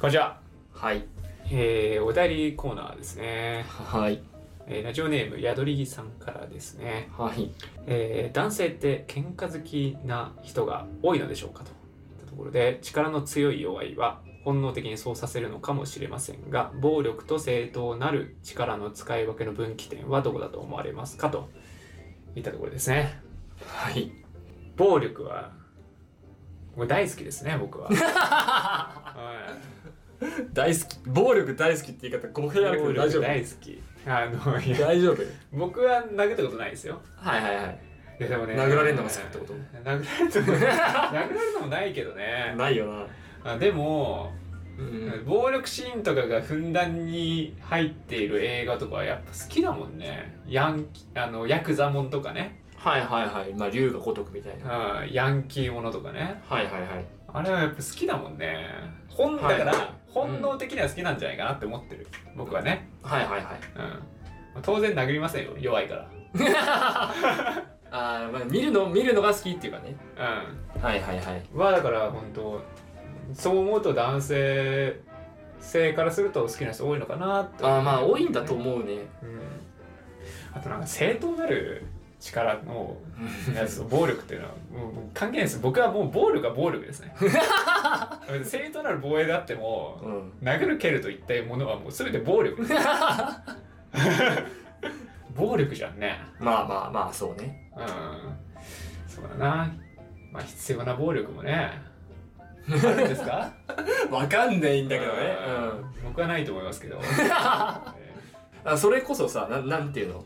こんにちは。はい。えー、お便りコーナーですね。はい。えーラジオネーム、やどりぎさんからですね。はい。えー男性って喧嘩好きな人が多いのでしょうかといったところで、力の強い弱いは本能的にそうさせるのかもしれませんが、暴力と正当なる力の使い分けの分岐点はどこだと思われますかといったところですね。はい。暴力は、僕大好きですね、僕 は。はい大好き。暴力大好きって言い方、語弊あるけど大丈夫。大好きあのいや大丈夫。僕は殴ったことないですよはいはいはい。いやでもね殴られるのが好きってこと殴られるの 殴られるのもないけどねないよな。あでも、うん。暴力シーンとかがふんだんに入っている映画とかはやっぱ好きだもんねヤンキあのヤクザもんとかね、はいはいはい。まあ、竜が如くみたいな。うん、ヤンキーものとかねはいはいはい。あれはやっぱ好きだもんね本だはいから、うん本能的には好きなんじゃないかなって思ってる僕はね、はいはいはうい。んまあ当然殴りませんよ弱いかあーまあ、見るの、見るのが好きっていうかね。らうんはいはいはい。はだから本当そう思うと男性性からすると好きな人多いのかなってあーまあ、多いんだと思うね。うんあとなんか正当なる力のやつ暴力っていうのはもうもう関係ないです僕はもう暴力は暴力 ですね別に正当なる防衛であってもうん。殴る蹴るといったものはもう全て暴力 です暴力じゃんねまあまあまあ、そうね。うんそうだなまあ必要な暴力もねあるんですかわかん ないうん、ん僕はないと思いますけ ど、うん。あそれこそさ、なん、なんていうの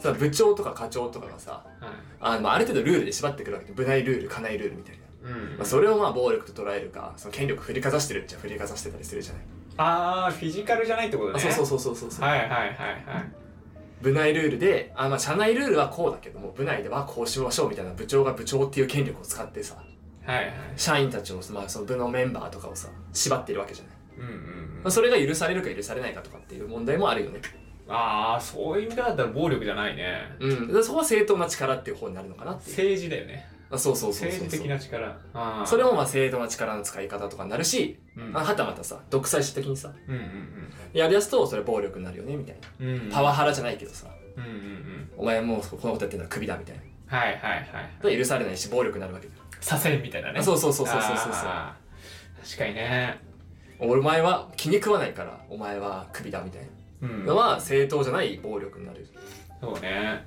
さ、部長とか課長とかがさ、はいあのある程度ルールで縛ってくるわけで、部内ルール、課内ルールみたいな。うんまあ、それをまあ暴力と捉えるかその権力振りかざしてるっちゃ振りかざしてたりするじゃない、ああフィジカルじゃないってことねあそうそうそうそうそうそう、はいはいはいはい部内ルールであ、まあ、社内ルールはこうだけども部内ではこうしましょうみたいな部長が部長っていう権力を使ってさはいはい社員たちを、まあ、その部のメンバーとかをさ縛ってるわけじゃなうい、んうんうまあ、んそれが許されるか許されないかとかっていう問題もあるよねああそういう意味だったら暴力じゃないねうんだからそこは正当な力っていう方になるのかなっていう政治だよねあそうそうそうそう政治的な力あーそれもまあ正当な力の使い方とかになるし、うんまあ、はたまたさ独裁者的にさうんやりやすとそれ暴力になるよねみたいなうんうんうんパワハラじゃないけどさうんうんうんお前もうこのことやってるのはクビだみたいなはいはいはいだから許されないし暴力になるわけだよ左遷みたいなねあそうそうそうそうそうそうそうあー確かにねお前は気に食わないからお前はクビだみたいうんなのは正当じゃない暴力になるそうね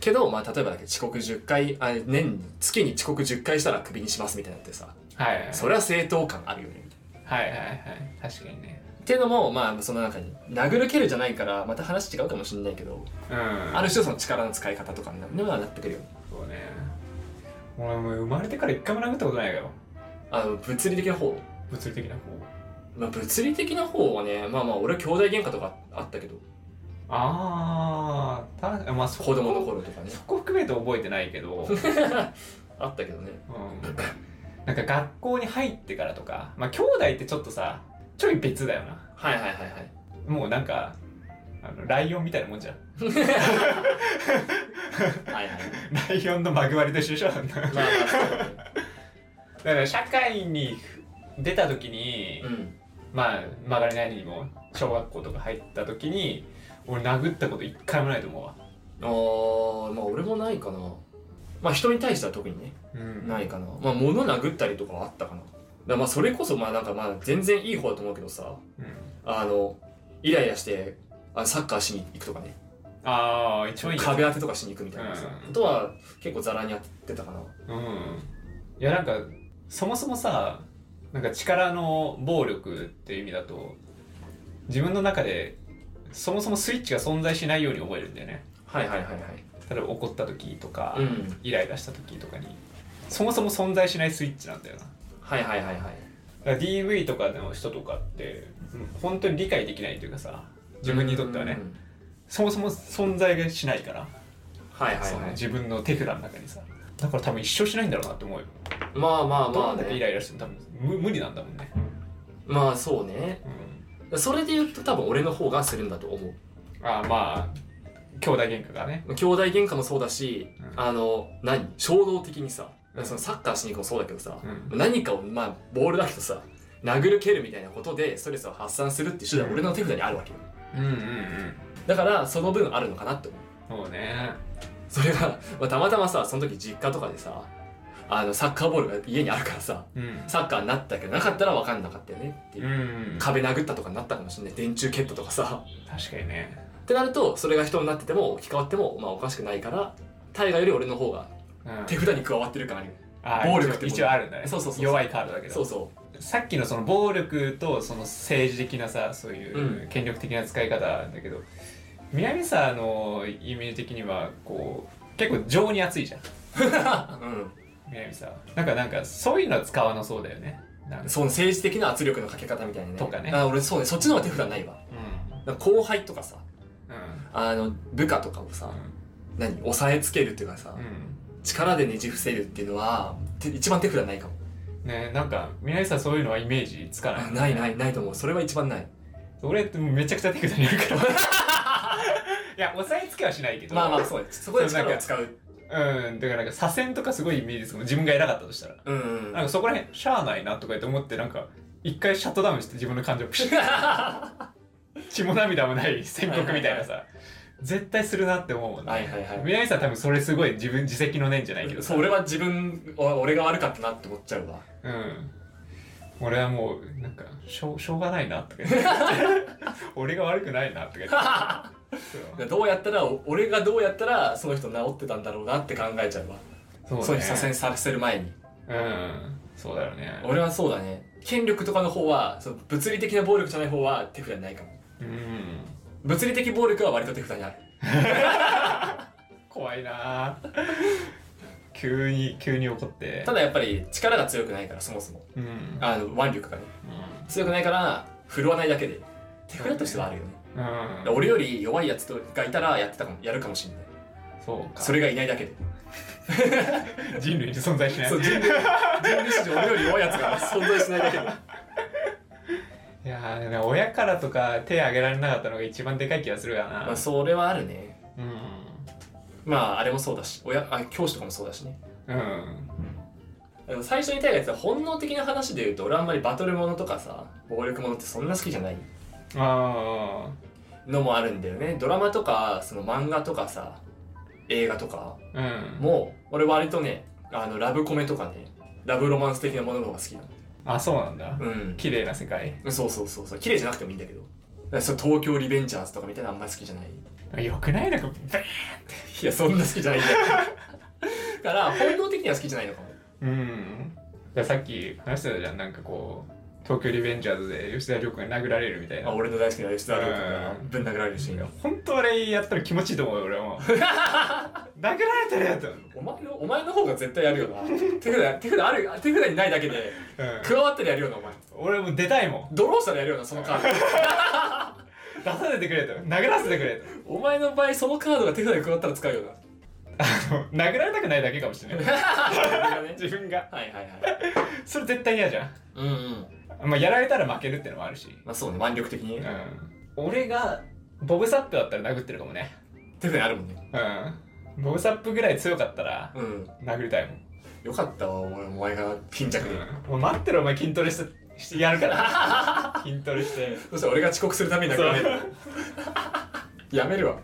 けど、まあ、例えばだけど遅刻10回あ年に月に遅刻10回したらクビにしますみたいなってさはいはいそれは正当感あるよねみたいはないはいはい確かにねっていうのもまあその中に殴る蹴るじゃないからまた話違うかもしれないけどうんある種その力の使い方とかになるのはなってくるよねそうね俺もう生まれてから一回も殴ったことないよあの物理的な方物理的な方まあ物理的な方はねまあまあ俺は兄弟喧嘩とかあったけどああたまあそこ子供の頃とかねそこ含めて覚えてないけ ど、うん、あったけどねなんか学校に入ってからとかまあ兄弟ってちょっとさちょい別だよなはいはいはいはいもうなんかあのライオンみたいなもんじゃんはい はい。ライオンのマグワリと一緒でしょ だかまあ、ら社会に出た時に、うん。まあ曲がりなりにも小学校とか入った時に俺殴ったこと一回もないと思うわああ、まあ俺もないかな。まあ人に対しては特にね、うんないかな。まあ物殴ったりとかはあったかな。だからまあそれこそまあなんかまあ全然いい方だと思うけどさ、うんあの、イライラして、あサッカーしに行くとかね、ああ、一応いいよ壁当てとかしに行くみたいなさ、うんことは結構ザラにやってたかな。うん。いや、なんか、そもそもさ、なんか力の暴力っていう意味だと、自分の中で、そもそもスイッチが存在しないように覚えるんだよね。はいはいはいはい。例えば怒った時とか、うん。イライラした時とかに、そもそも存在しないスイッチなんだよな。だはいはいはいはい。から DV とかの人とかって、うん本当に理解できないというかさ、自分にとってはねう、ん。そもそも存在がしないから、はいはいそのはい。自分の手札の中にさ。だから多分一生しないんだろうなって思うよ。まあまあどまあんだけイね。ライラしても多分無無理なんだもんね、まあそうね。うん、それで言うと多分俺の方がするんだと思う。ああまあ兄弟喧嘩がね兄弟喧嘩もそうだし、うんあの何衝動的にさ、うんそのサッカーしに行くもそうだけどさ、う何かをまあボールだけどさ殴る蹴るみたいなことでストレスを発散するっていう手段は俺の手札にあるわけようんうんうんだからその分あるのかなって思うそうねそれが、 まあ、たまたまさその時実家とかでさあのサッカーボールが家にあるからさうんサッカーになったけどなかったら分かんなかったよねっていうう、ん確壁殴ったとかになったかもしれない電柱蹴ったとかさかにねってなるとそれが人になってても置き換わってもまあおかしくないから大河より俺の方がうん手札に加わってる感あるよあ暴力ってこと一応あるんだねそうそうそう弱いカードだけどそうそさっきのその暴力とその政治的なさそういうう権力的な使い方だけど、南沢のイメージ的にはこう結構情に熱いじゃんう、う南沢なんかなんかそういうのは使わなそうだよねなんかん、その政治的な圧力のかけ方みたいなねとかねあ俺そうねそっちの方が手札ないわだから後輩とかさうあの部下とかをさん何押さえつけるっていうかうん、さ、うん力でねじ伏せるっていうのはて一番手札ないかもねなんか南沢そういうのはイメージつかない、ないないないと思うそれは一番ない俺ってもうめちゃくちゃ手札にあるからいや押さえつけはしないけどまあまあそうねそこで力を使ううんだからなんか左遷とかすごいイメージですけど自分が偉かったとしたらうんうんなんかそこら辺しゃあないなとか言って思ってなんか一回シャットダウンして自分の感情をピシッ血も涙もない宣告みたいなさ絶対するなって思うもんね、はいはいはい宮城さん多分それすごい自分自責の念じゃないけどさそう俺は自分お俺が悪かったなって思っちゃうわうん俺はもうなんかしょうしょうがないなとか 言って俺が悪くないなとか言って そうどうやったらお俺がどうやったらその人治ってたんだろうなって考えちゃうわそうそういうね左遷させる前にうんそうだよね俺はそうだね権力とかの方はその物理的な暴力じゃない方は手札にないかもうん物理的暴力は割と手札にある怖いなぁ急に急に怒ってただやっぱり力が強くないからそもそもうん、あの腕力がね強くないから振るわないだけで手札としてはあるよねうん、うん、俺より弱いやつとがいたらやってたかもやるかもしれないそうかそれがいないだけで人類に存在しないそう人類人類史上俺より弱いやつが存在しない だけでいやーでも親からとか手挙げられなかったのが一番でかい気がするかな、まあそれはあるねうんまああれもそうだし親あ教師とかもそうだしねうんでも最初に言いたいやつは本能的な話で言うと俺あんまりバトルものとかさ暴力ものってそんな好きじゃないあのもあるんだよねドラマとかその漫画とかさ映画とかあうんもう俺割とねあのラブコメとかねラブロマンス的なものの方が好きなのあそうなんだうん綺麗な世界そうそうそうそう綺麗じゃなくてもいいんだけどだからその東京リベンジャーズとかみたいなのあんまり好きじゃない よくないなんかブイいやそんな好きじゃないんだよ だから本能的には好きじゃないのかもうんじゃあさっき話してたじゃんなんかこう東京リベンジャーズで吉田涼君が殴られるみたいあな俺の大好きな吉田亮がうんぶん殴られるシーンが本当あれやったら気持ちいいと思うよ俺は もう殴られてるやつお前のお前の方が絶対やるよな手札手札ある手札にないだけで加わったらやるよなお前俺もう出たいもんドローしたらやるよなそのカー出させてくれと殴らせてくれとドお前の場合そのカードが手札に加わったら使うよな 殴られたくないだけかもしれないは自分がいはいはいそれ絶対嫌じゃんうんうんまあ、やられたら負けるってのもあるし、まあそうね腕力的にうん、俺がボブ・サップだったら殴ってるかもね、手札にあるもんねうん、ボブ・サップぐらい強かったらうん殴りたいもん、よかったわお前お前が貧弱でうん、もう待ってろお前筋トレしてしてやるから 筋トレしてそしたら俺が遅刻するためになくなるやめるわ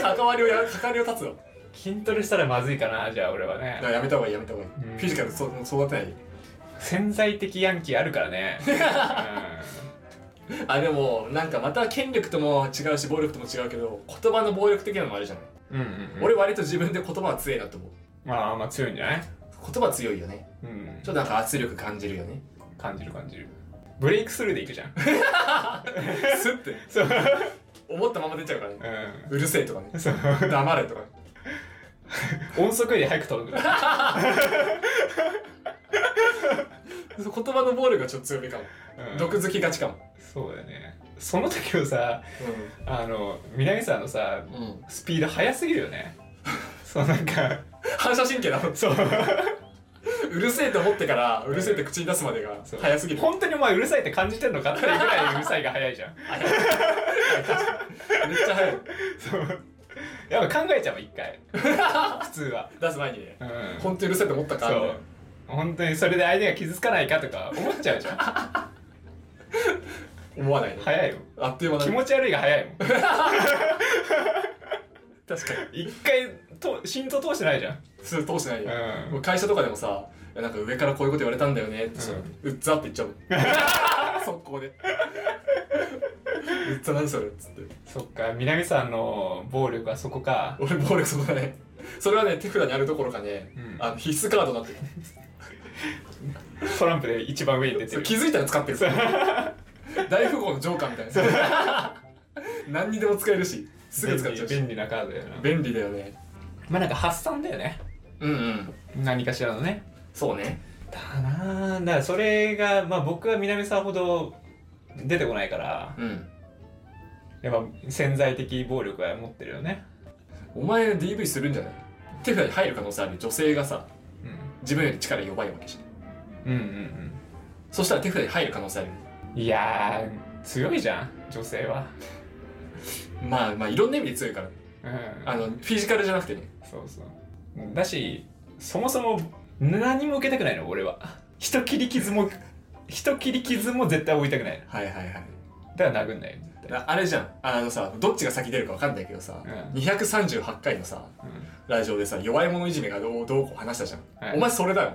関わりをや関わりを断つわ筋トレしたらまずいかなじゃあ俺はだねからやめた方がいいやめた方がいい、うんフィジカルそうそう育てないで潜在的ヤンキーあるから ね、あでもなんかまた権力とも違うし暴力とも違うけど言葉の暴力的なのもあるじゃない、うん、うんうん、うん俺割と自分で言葉は強いなと思うまあまあ強いんじゃない、言葉強いよねうんちょっとなんか圧力感じる よね感じる感じるブレイクスルーでいくじゃんスッてそう、思ったまま出ちゃうからねううるせえとかねん、そう黙れとか音速より早く飛ぶ言葉の暴力がちょっと強めかも、うん毒づきがちかもそうだよねその時のさあの南さんのさうん、うん、スピード速すぎるよ ねそうなんか反射神経だもんそううるせえと思ってからうるせえって口に出すまでがそう早すぎる本当にお前うるさいって感じてんのかっていうぐらいうるさいが速いじゃんめっちゃ早いそう やっぱ考えちゃうもん一回普通は出す前にねうん本当にうるせえと思ったかそらう本当にそれで相手が傷つかないかとか思っちゃうじゃん 思わないの早いよあっという間だ気ね持ち悪いが早いもん確かに一回と浸透通してないじゃん普通通してないよ、うんもう会社とかでもさいやなんか上からこういうこと言われたんだよねってさ、うっざって言っちゃうもん 速攻でうっざ何それっつってそっか南さんの暴力はそこか俺暴力そこだねそれはね手札にあるどころかね、うんあの必須カードになってるトランプで一番上に出てそれる気づいたら使 ってる大富豪のジョーカーみたいな 何にでも使えるしすぐ使っちゃうし便利便利なカードだよな便利だよねまあなんか発散だよねうんうん何かしらのねそうねだなあだからそれがまあ僕は南さんほど出てこないからうんやっぱ潜在的暴力は持ってるよねお前 DV するんじゃない手札に入る可能性ある女性がさう自分より力弱いわけじゃんんうんうんそしたら手札に入る可能性あるうんいやー強いじゃん女性はまあまあいろんな意味で強いからうんあのフィジカルじゃなくてねそうそうだしそもそも何も受けたくないの俺は人切り傷も人切り傷も絶対負いたくないのはいはいはいだから殴んないよ絶対、ああれじゃんあのさどっちが先出るか分かんないけどさ、うん238回のさうんラジオでさ弱い者いじめがどうどうこう話したじゃん、はいお前それだよ、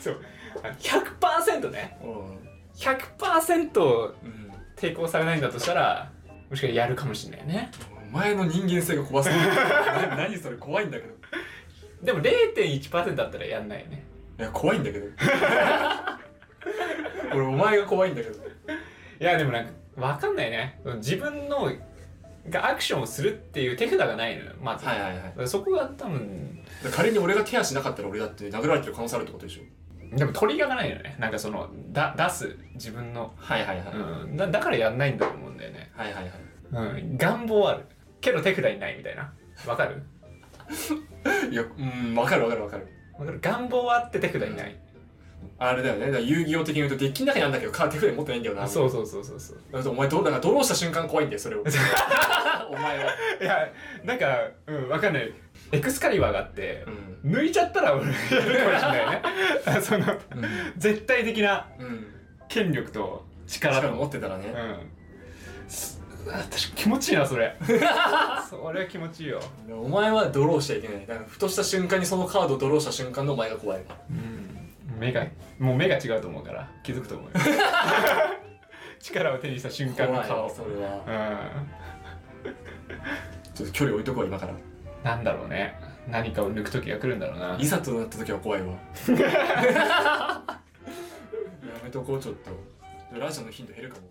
そうあの100%ねう100%んうん抵抗されないんだとしたらもしかしたらやるかもしれないねお前の人間性が怖すぎ るな何それ怖いんだけどでも0.1%だったらやんないよねいや怖いんだけど 俺お前が怖いんだけどいやでもなんか分かんないね自分のがアクションをするっていう手札がないのよまず、はいはいはいそこが多分仮に俺が手足なかったら俺だって殴られてる可能性あるってことでしょでも鳥がないよねなんかそのだ出す自分の、はいはいはい、はいうん、だだからやんないんだと思うんだよね、はいはいうん、願望あるけど手札にないみたいなわかるいやうん分かる分かる分かるわかる願望はあって手札にない、あれだよねだから遊戯王的に言うとデッキの中にあるんだけどカーテフレ持ってないんだよなそうそうそうそうそうだってお前どうだからドローした瞬間怖いんだよそれをお前はいやなんかうんわかんないエクスカリバーがあってう、ん抜いちゃったら俺やるかもしれないね あその絶対的なうん権力と力力と持ってたらね、うんす私気持ちいいなそれそれは気持ちいいよお前はドローしちゃいけないだからふとした瞬間にそのカードをドローした瞬間のお前が怖いうん目がもう目が違うと思うから気づくと思うよ 力を手にした瞬間の怖い顔よそれはうんちょっと距離置いとこう今からなんだろうね何かを抜く時が来るんだろうないざとなった時は怖いわやめとこうちょっとラジオの頻度減るかも